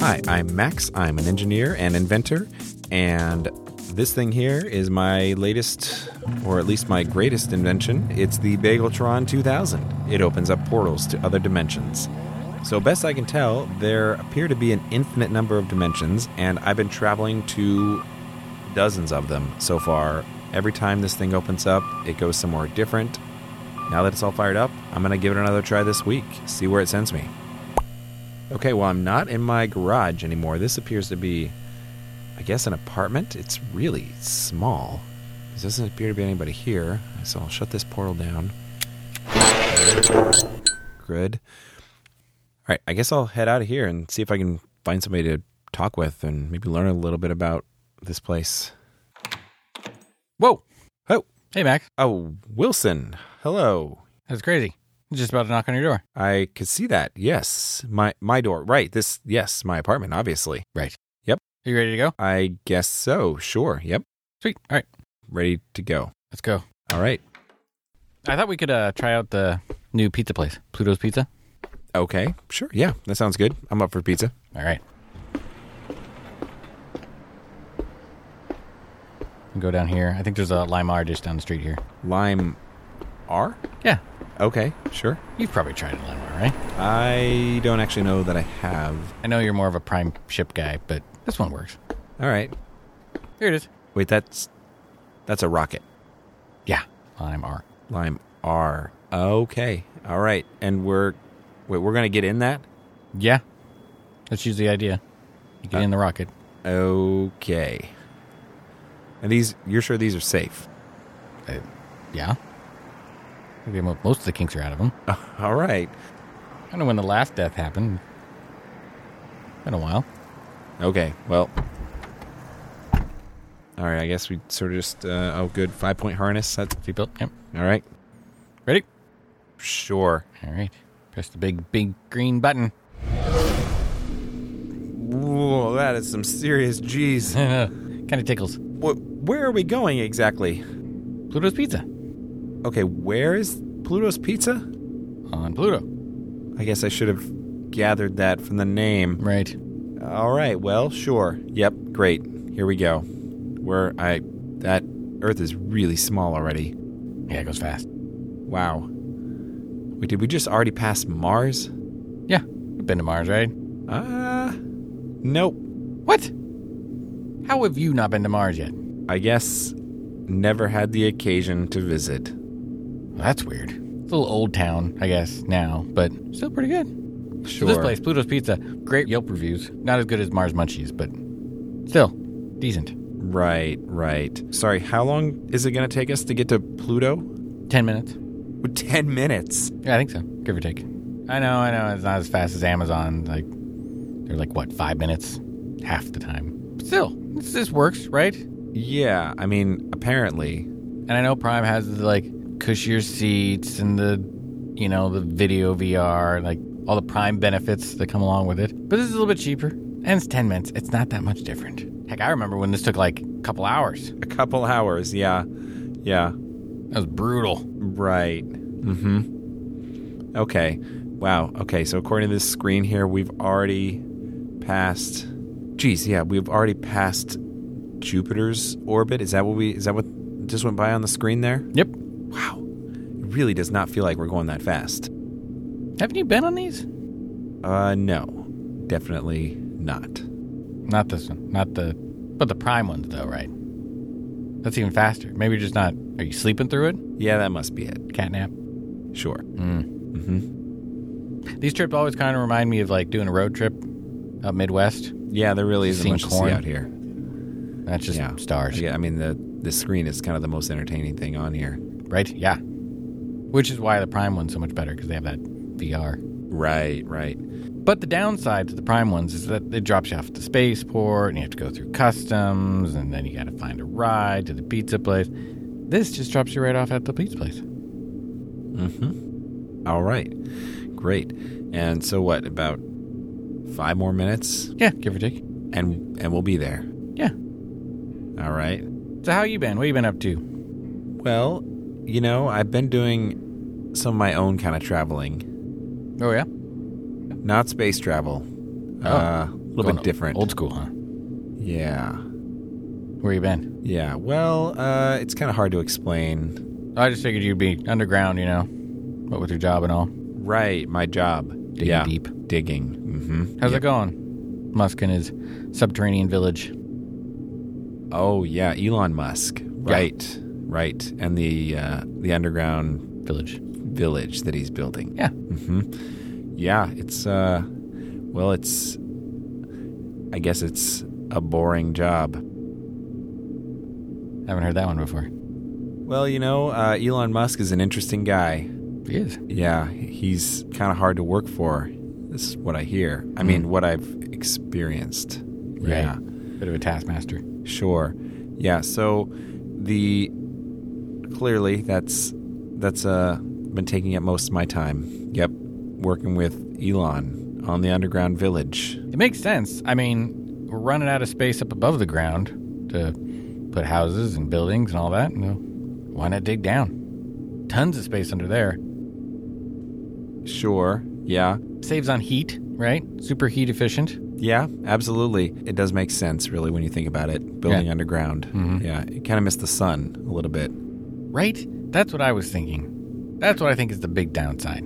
Hi, I'm Max. I'm an engineer and inventor, and this thing here is my latest, or at least my greatest invention. It's the Bageltron 2000. It opens up portals to other dimensions. So, best I can tell, there appear to be an infinite number of dimensions, and I've been traveling to dozens of them so far. Every time this thing opens up, it goes somewhere different. Now that it's all fired up, I'm going to give it another try this week, see where it sends me. Okay, well, I'm not in my garage anymore. This appears to be, I guess, an apartment. It's really small. There doesn't appear to be anybody here, so I'll shut this portal down. Good. All right, I guess I'll head out of here and see if I can find somebody to talk with and maybe learn a little bit about this place. Whoa! Oh, Hey, Max. oh, Wilson. Hello. That's crazy. I was Just about to knock on your door. I could see that. Yes, my my door. Right. This. Yes, my apartment. Obviously. Are you ready to go? I guess so. Sure. Yep. Sweet. All right, Ready to go. let's go. All right. I thought we could uh, try out the new pizza place, Pluto's Pizza. Okay. Sure. Yeah. That sounds good. I'm up for pizza. All right. Go down here. I think there's a Limar dish down the street here. Lime R? Yeah, Okay. Sure. you've probably tried a Limar, right? I don't actually know that I have. I know you're more of a prime ship guy, but this one works. All right. Here it is. Wait, that's that's a rocket. Yeah, Limar. Lime R. Okay. All right. And we're wait, we're going to get in that? Yeah, that's usually the idea. You get in the rocket. Okay. And these you're sure these are safe? Uh, yeah. Maybe mo- most of the kinks are out of them. All right. I don't know when the last death happened. Been a while. Okay, well. All right, I guess we sort of just. Uh, oh, good. Five point harness. That's. Seatbelt. Yep. All right. Ready? Sure. All right. Press the big, big green button. Whoa, that is some serious G's. kind of tickles. Wh- where are we going exactly? Pluto's Pizza Okay, where is Pluto's Pizza? on Pluto. I guess I should have gathered that from the name. Right. All right, well, sure. Yep, great. Here we go. Where I. That Earth is really small already. Yeah, it goes fast. Wow. Wait, did we just already pass Mars? Yeah. You've been to Mars, right? Uh, nope. What? How have you not been to Mars yet? I guess never had the occasion to visit. Well, that's weird. It's a little old town, I guess, now, but still pretty good. So Sure. This place, Pluto's Pizza, great Yelp reviews. Not as good as Mars Munchies, but still decent. Right, right. Sorry, how long is it going to take us to get to Pluto? 10 minutes. With 10 minutes. Yeah, I think so. Give or take. I know, I know. It's not as fast as Amazon. Like, they're like, what, five minutes? Half the time. But still, this, this works, right? And Yeah, I mean, apparently. I know Prime has the, like, cushier seats and the, you know, the video VR, and, like, all the Prime benefits that come along with it. But this is a little bit cheaper. And it's 10 minutes. It's not that much different. Heck, I remember when this took, like, a couple hours. A couple hours, yeah. Yeah, That was brutal. right. Mm hmm. Okay. Wow. Okay, so according to this screen here, we've already passed. Geez, yeah, we've already passed Jupiter's orbit. Is that what we. Is that what just went by on the screen there? Yep. Wow. It really does not feel like we're going that fast. Haven't you been on these? Uh, no. Definitely not. Not this one. Not the. But the prime ones, though, right? That's even faster. Maybe you're just not. Are you sleeping through it? Yeah, that must be it. Catnap. Sure. Mm. hmm These trips always kind of remind me of like doing a road trip up Midwest. Yeah, there really isn't Seeing much corn. to see out here. That's just Yeah. stars, Yeah, I mean the the screen is kind of the most entertaining thing on here. right? Yeah. Which is why the prime one's so much better because they have that VR. Right, right. But the downside to the prime ones is that it drops you off at the spaceport and you have to go through customs and then you got to find a ride to the pizza place. This just drops you right off at the pizza place. Mm-hmm. All right. Great. And so what? About five more minutes, Yeah, give or take. and and we'll be there. Yeah. All right. So how you been? What you been up to? Well, you know, I've been doing some of my own kind of traveling. Oh yeah. Not space travel. Uh, a little Oh. Going bit different. Old school, huh? Yeah. Where you been? Yeah. Well, uh, it's kind of hard to explain. I just figured you'd be underground, you know, but with your job and all. Right. My job. Digging yeah. deep. Digging. Mm-hmm. How's it going? Musk and his subterranean village. Oh yeah, Elon Musk. Right. Right. And the uh, the underground Village. village that he's building. Yeah. Mm-hmm. Yeah. It's uh, well, it's. I guess it's a boring job. Haven't heard that one before. Well, you know, uh, Elon Musk is an interesting guy. He is. Yeah, he's kind of hard to work for. This is what I hear. I mean, what I've experienced. Yeah, Bit of a taskmaster. sure. Yeah, so the clearly that's that's uh been taking up most of my time. Yep, working with Elon on the underground village. It makes sense. I mean, we're running out of space up above the ground to put houses and buildings and all that. No, why not dig down? Tons of space under there. Sure. Yeah. Saves on heat, right? Super heat efficient. Yeah, absolutely. It does make sense really when you think about it. Building Yeah. underground. Mm-hmm. Yeah, you kind of miss the sun a little bit. Right? That's what I was thinking. That's what I think is the big downside.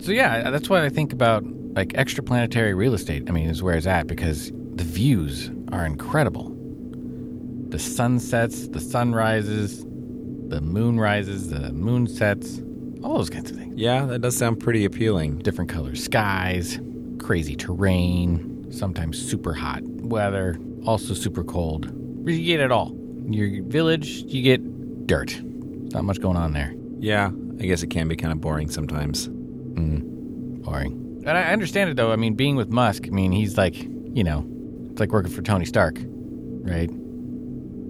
So yeah, that's what I think about like extraplanetary real estate. I mean, is where it's at because the views are incredible. The sun sets, the sun rises, the moon rises, the moon sets, all those kinds of things. Yeah, that does sound pretty appealing. Different color skies, crazy terrain, sometimes super hot weather, also super cold. You get it all. Your village, you get dirt. Not much going on there. Yeah, I guess it can be kind of boring sometimes. boring. And I understand it though. I mean, being with Musk, I mean, he's like, you know, it's like working for Tony Stark, right?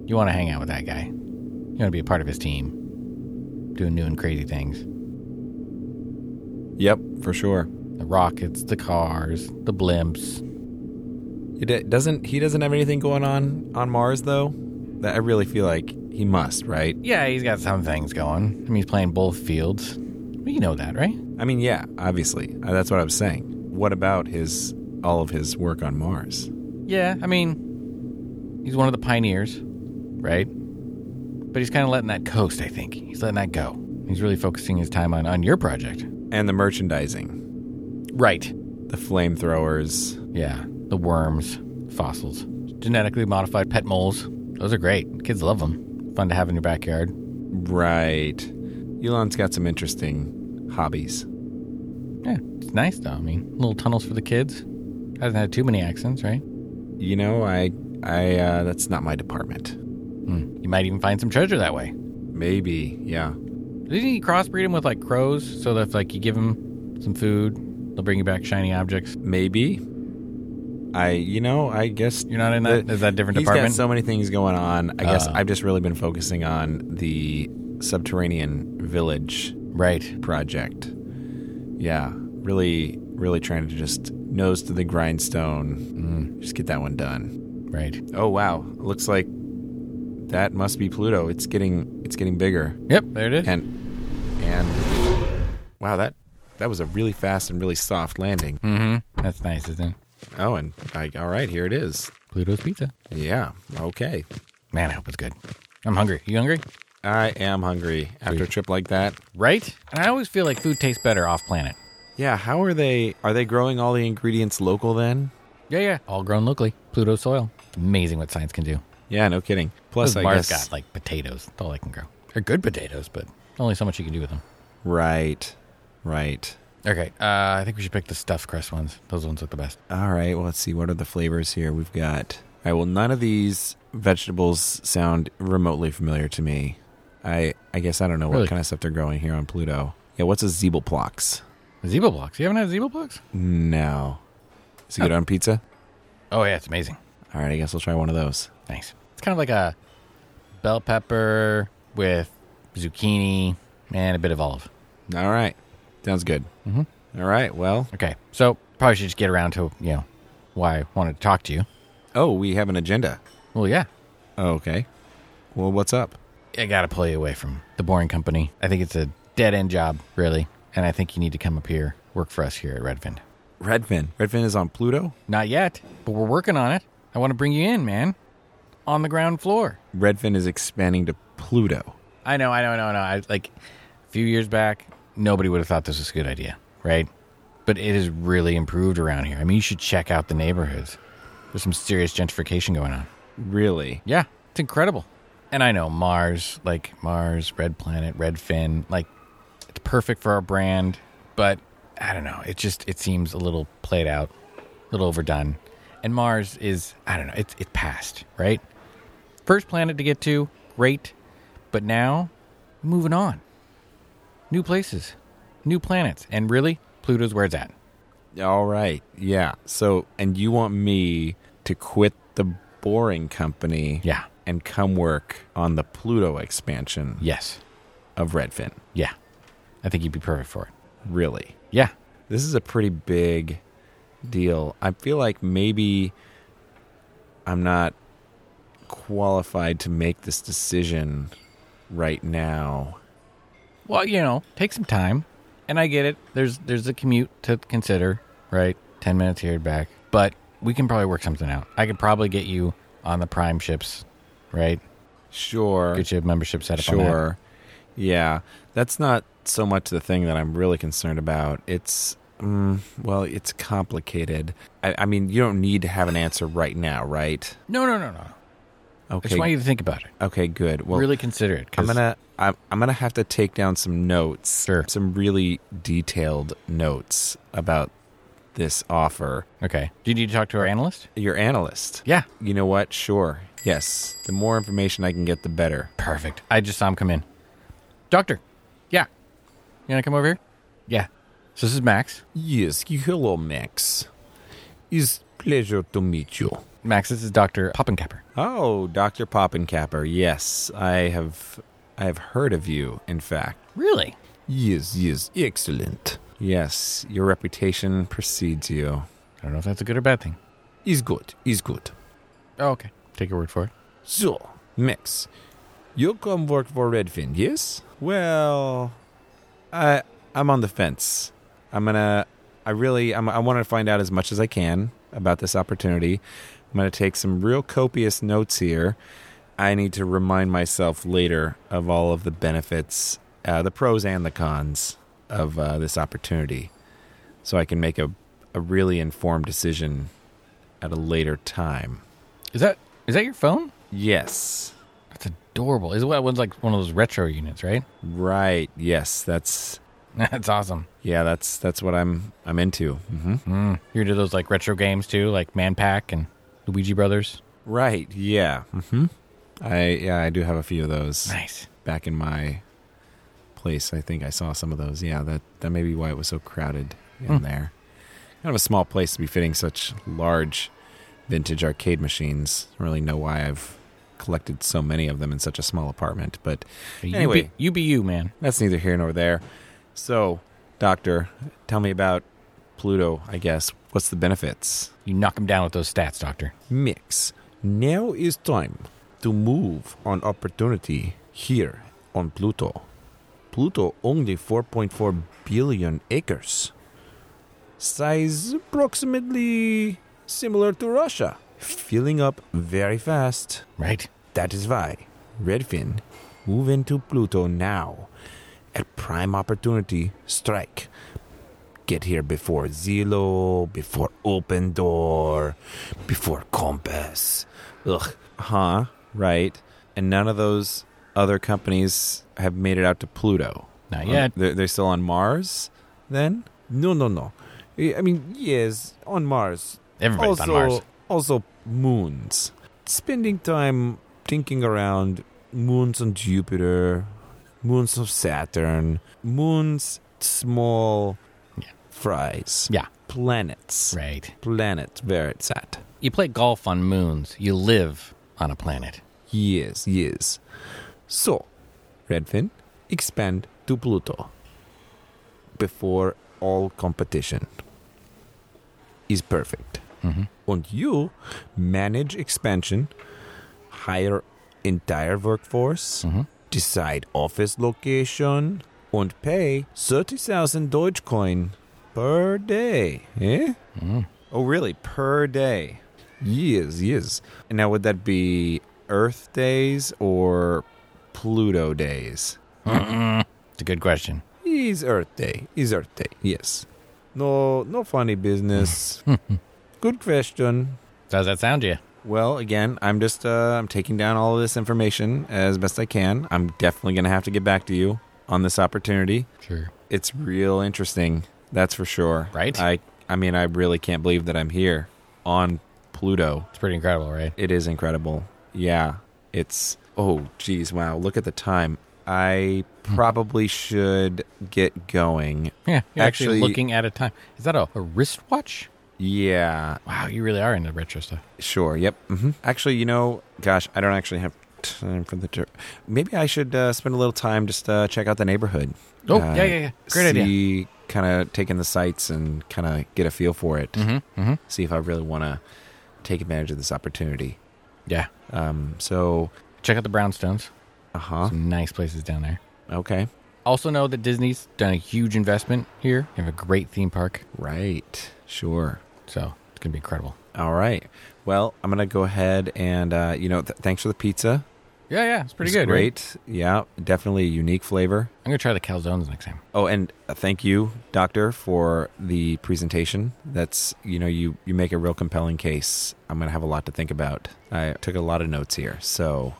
You want to hang out with that guy. You want to be a part of his team, doing new and crazy things. Yep, for sure. The rockets, the cars, the blimps. It it doesn't he doesn't have anything going on on Mars though? That I really feel like he must, right? Yeah, he's got some things going. I mean, he's playing both fields. You know that, right? I mean, yeah, obviously. Uh, that's what I was saying. What about his all of his work on Mars? Yeah, I mean, he's one of the pioneers, right? But he's kind of letting that coast, I think. He's letting that go. He's really focusing his time on, on your project. And the merchandising, Right. the flamethrowers. Yeah, the worms, fossils, genetically modified pet moles. Those are great. Kids love them. Fun to have in your backyard. Right. Elon's got some interesting hobbies. Yeah, it's nice though. I mean, little tunnels for the kids. Hasn't had too many accidents, right? You know, I I uh that's not my department. Hmm. You might even find some treasure that way. Maybe, yeah. Didn't you crossbreed them with like crows so that if, like you give them some food, they'll bring you back shiny objects? Maybe. I you know, I guess You're not in that. Is The- that a different Uh, He's department? got so many things going on. I guess Uh. I've just really been focusing on the subterranean village right. project. Yeah, really, really trying to just nose to the Mm. grindstone, just get that one done. Right. Oh wow, looks like that must be Pluto. It's getting it's getting bigger, Yep. There it is. and and wow that that was a really fast and really soft landing. mm-hmm. That's nice, isn't it? Oh, and I, all right, here it is. Pluto's pizza. Yeah, okay. Man, I hope it's good. I'm hungry. You hungry? I am hungry after a trip like that. Right? And I always feel like food tastes better off planet. Yeah, how are they are they growing all the ingredients local then? Yeah, yeah. All grown locally. Pluto soil. It's amazing what science can do. Yeah, no kidding. Plus Those I Mars guess got like potatoes. That's all they can grow. They're good potatoes, but only so much you can do with them. Right. Right. Okay, uh, I think we should pick the stuffed crust ones. Those ones look the best. All right, well, let's see what are the flavors here we've got. All right, well, none of these vegetables sound remotely familiar to me. I I guess I don't know Really? what kind of stuff they're growing here on Pluto. Yeah, what's a Zeebelplox? Zebra blocks. You haven't had zebra blocks? No. Is it good on pizza? Oh yeah, it's amazing. All right, I guess I'll try one of those. Thanks. It's kind of like a bell pepper with zucchini and a bit of olive. All right. Sounds good. Mm-hmm. right, well. Okay, so probably should just get around to you know why I wanted to talk to you. Oh, we have an agenda. Oh, Well, yeah, Okay. Well, what's up? I gotta pull you away from the boring company. I think it's a dead end job, really. And I think you need to come up here, work for us here at Redfin. Redfin. Redfin is on Pluto. Not yet, but we're working on it. I want to bring you in, man. On the ground floor. Redfin is expanding to Pluto. I know, I know, I know, I know. I, like a few years back, nobody would have thought this was a good idea, right? But it has really improved around here. I mean, you should check out the neighborhoods. There's some serious gentrification going on. Really? Yeah, it's incredible. And I know Mars, like Mars, Red Planet, Red Fin, like it's perfect for our brand, but I don't know. It just it seems a little played out, a little overdone. And Mars is I don't know, it's it passed, right? First planet to get to, great, but now moving on. New places, new planets, and really Pluto's where it's at. All right. Yeah. So, and you want me to quit the boring company Yeah. and come work on the Pluto expansion Yes. of Redfin. Yeah. I think you'd be perfect for it. Really? Yeah. This is a pretty big deal. I feel like maybe I'm not qualified to make this decision right now. Well, you know, take some time. And I get it. There's there's a commute to consider, right? Ten minutes here and back. But we can probably work something out. I could probably get you on the prime ships, right? Sure. Get you a membership set up on that. Sure. Yeah, that's not so much the thing that I'm really concerned about. It's mm, well, it's complicated. I, I mean, you don't need to have an answer right now, right? No, no, no, no. I just Okay. want you to think about it. okay. Good. Well, really consider it. 'cause- I'm gonna I'm, I'm gonna have to take down some notes. Sure. Some really detailed notes about this offer. Okay. Do you need to talk to our analyst? Your analyst. Yeah. You know what? Sure. Yes. The more information I can get, the better. Perfect. I just saw him come in. Doctor. Yeah. You wanna come over here? Yeah. So this is Max. Yes. Hello, Max. It's pleasure to meet you. Max, this is Doctor Poppenkapper. Oh, Dr. Poppenkapper. Yes, I have I have heard of you, in fact. Really? Yes, yes, excellent. Yes, your reputation precedes you. I don't know if that's a good or bad thing. Is good, is good. Oh, okay. Take your word for it. So, Max, you come work for Redfin, yes? Well, I I'm on the fence. I'm gonna I really I'm, I want to find out as much as I can about this opportunity. I'm gonna take some real copious notes here. I need to remind myself later of all of the benefits, uh, the pros and the cons of uh, this opportunity, so I can make a a really informed decision at a later time. Is that is that your phone? Yes. That's adorable. Is it what one's like one of those retro units, right? Right. Yes, that's That's awesome. yeah, that's that's what I'm I'm into. hmm Mm. You're into those like retro games too, like Man Pack and Luigi Brothers. Right. Yeah. hmm I yeah, I do have a few of those Nice. back in my place. I think I saw some of those. Yeah, that that may be why it was so crowded in there. Kind of a small place to be fitting such large vintage arcade machines. I don't really know why I've collected so many of them in such a small apartment, but You Anyway. be, you be you, man. That's neither here nor there. So, Doctor, tell me about Pluto, I guess. What's the benefits? You knock him down with those stats, Doctor. Mix. Now is time to move on opportunity here on Pluto. Pluto only 4.4 billion acres. Size approximately similar to Russia. Filling up very fast. Right. That is why, Redfin, move into Pluto now. At prime opportunity, strike. Get here before Zillow, before Open Door, before Compass. Ugh. Huh, right. And none of those other companies have made it out to Pluto. Not yet. They're, they're still on Mars then? No, no, no. I mean, yes, on Mars Everybody's on Mars. also moons. Spending time thinking around moons on Jupiter, moons of Saturn, moons small Yeah. fries, Yeah. planets, Right. planets where it's at. You play golf on moons. You live on a planet. Yes, yes. So, Redfin, expand to Pluto before all competition is perfect. Mm-hmm. And you manage expansion, hire entire workforce, Mm. Mm-hmm. decide office location, and pay 30,000 Dogecoin per day. Eh? Oh, really? Per day. Yes, yes. And now, would that be Earth days or Pluto days? It's a good question. Is Earth Day. Is Earth Day. Yes. No, no funny business. Good question. So how's that sound to you? Well, again, I'm just uh, I'm taking down all of this information as best I can. I'm definitely gonna have to get back to you on this opportunity. Sure. It's real interesting, that's for sure. Right? I I mean, I really can't believe that I'm here on Pluto. It's pretty incredible, right? It is incredible. Yeah, it's oh geez, wow. Look at the time. I probably should get going. Yeah. You're actually, Actually- looking at a time. Is that a, a wristwatch? Yeah, Wow, you really are into retro stuff. Sure. Yep. hmm Actually, you know, gosh, I don't actually have time for the tour. Maybe I should uh, spend a little time just uh, check out the neighborhood. Oh, Uh, yeah, yeah, yeah. Great idea. see, Kind of taking the sights and kind of get a feel for it. Mm-hmm. Mm-hmm. See if I really want to take advantage of this opportunity. Yeah. Um. So. Check out the brownstones. Uh huh. Some nice places down there. Okay. Also know that Disney's done a huge investment here. They have a great theme park. Right. Sure. So it's gonna be incredible. All right. Well, I'm gonna go ahead and uh, you know, th- thanks for the pizza. Yeah, yeah. It's pretty It's good. right? Great. Yeah. Definitely a unique flavor. I'm gonna try the calzones next time. Oh, and uh, thank you, Doctor, for the presentation. That's you know you you make a real compelling case. I'm gonna have a lot to think about. I took a lot of notes here, so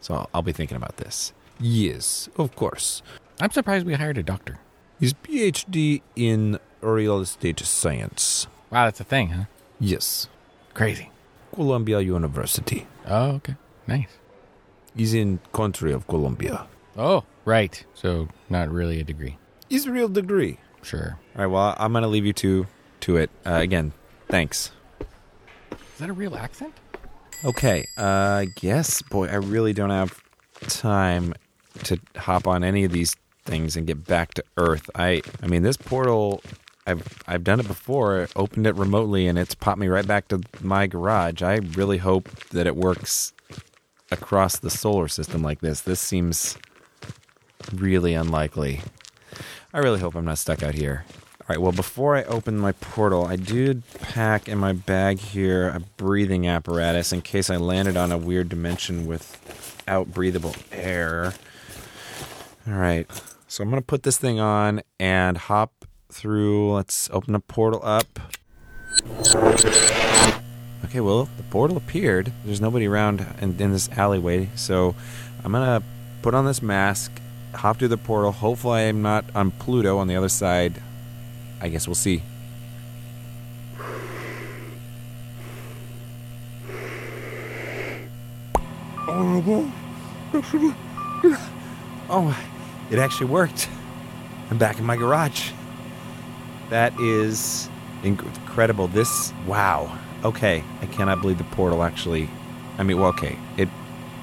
so I'll, I'll be thinking about this. Yes, of course. I'm surprised we hired a doctor. His PhD in real estate science. Wow, that's a thing, huh? Yes, Crazy. Columbia University. Oh, okay. Nice. He's in country of Colombia. Oh, right. So not really a degree. His real degree. Sure. All right. Well, I'm gonna leave you to to it uh, again. Thanks. Is that a real accent? Okay. Uh yes, boy, I really don't have time to hop on any of these things and get back to Earth. I I mean this portal I've I've done it before, opened it remotely and it's popped me right back to my garage. I really hope that it works across the solar system like this. This seems really unlikely. I really hope I'm not stuck out here. All right, well, before I open my portal, I did pack in my bag here a breathing apparatus in case I landed on a weird dimension without breathable air. All right, so I'm going to put this thing on and hop through. Let's open a portal up. Okay, well, the portal appeared. There's nobody around in, in this alleyway, so I'm gonna put on this mask, hop through the portal. Hopefully, I'm not on Pluto on the other side. I guess we'll see. Oh, it actually worked. I'm back in my garage. That is inc- incredible. This wow. Okay, I cannot believe the portal actually. I mean, well, okay. It.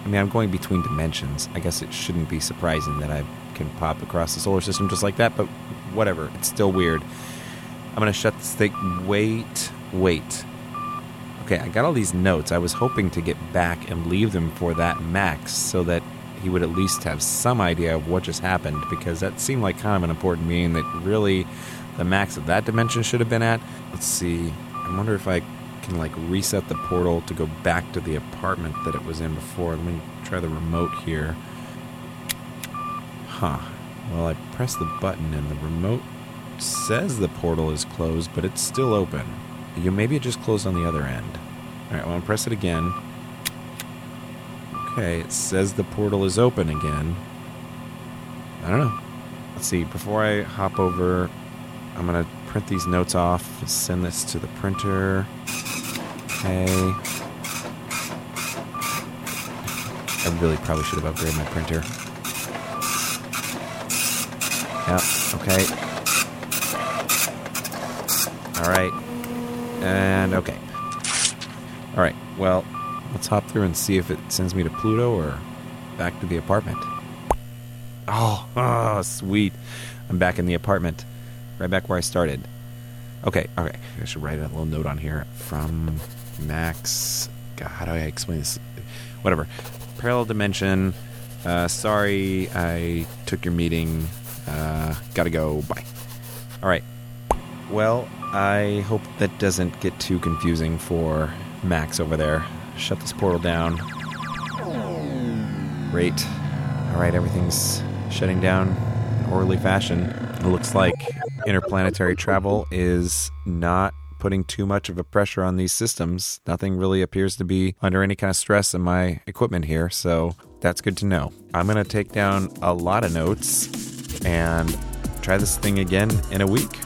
I mean, I'm going between dimensions. I guess it shouldn't be surprising that I can pop across the solar system just like that. But whatever. It's still weird. I'm gonna shut this thing. Wait, wait. Okay, I got all these notes. I was hoping to get back and leave them for that Max so that he would at least have some idea of what just happened because that seemed like kind of an important meeting that really the Max of that dimension should have been at. Let's see. I wonder if I can like reset the portal to go back to the apartment that it was in before. Let me try the remote here. Huh. Well, I press the button and the remote says the portal is closed, but it's still open. You maybe it just closed on the other end. All right, well, I'll press it again. Okay, it says the portal is open again. I don't know. Let's see. Before I hop over, I'm gonna print these notes off. Send this to the printer. Okay. I really probably should have upgraded my printer. Yeah. Okay. All right. And okay. All right. Well, let's hop through and see if it sends me to Pluto or back to the apartment. Oh, oh, sweet. I'm back in the apartment, right back where I started. Okay, okay. I should write a little note on here from Max. God, how do I explain this? Whatever. Parallel dimension. Uh, sorry, I took your meeting. Uh, gotta go. Bye. All right. Well, I hope that doesn't get too confusing for Max over there. Shut this portal down. Great. All right, everything's shutting down in orderly fashion. It looks like interplanetary travel is not putting too much of a pressure on these systems. Nothing really appears to be under any kind of stress in my equipment here, so that's good to know. I'm going to take down a lot of notes and try this thing again in a week.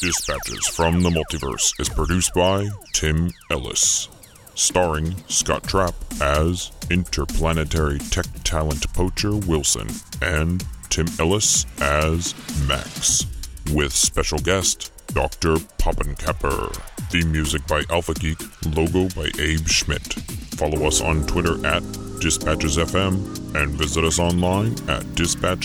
Dispatches from the Multiverse is produced by Tim Ellis. Starring Scott Trapp as interplanetary tech talent poacher Wilson and Tim Ellis as Max, with special guest Dr. Poppenkapper. Theme music by Alpha Geek, logo by Abe Schmidt. Follow us on Twitter at DispatchesFM and visit us online at dispatches.fm.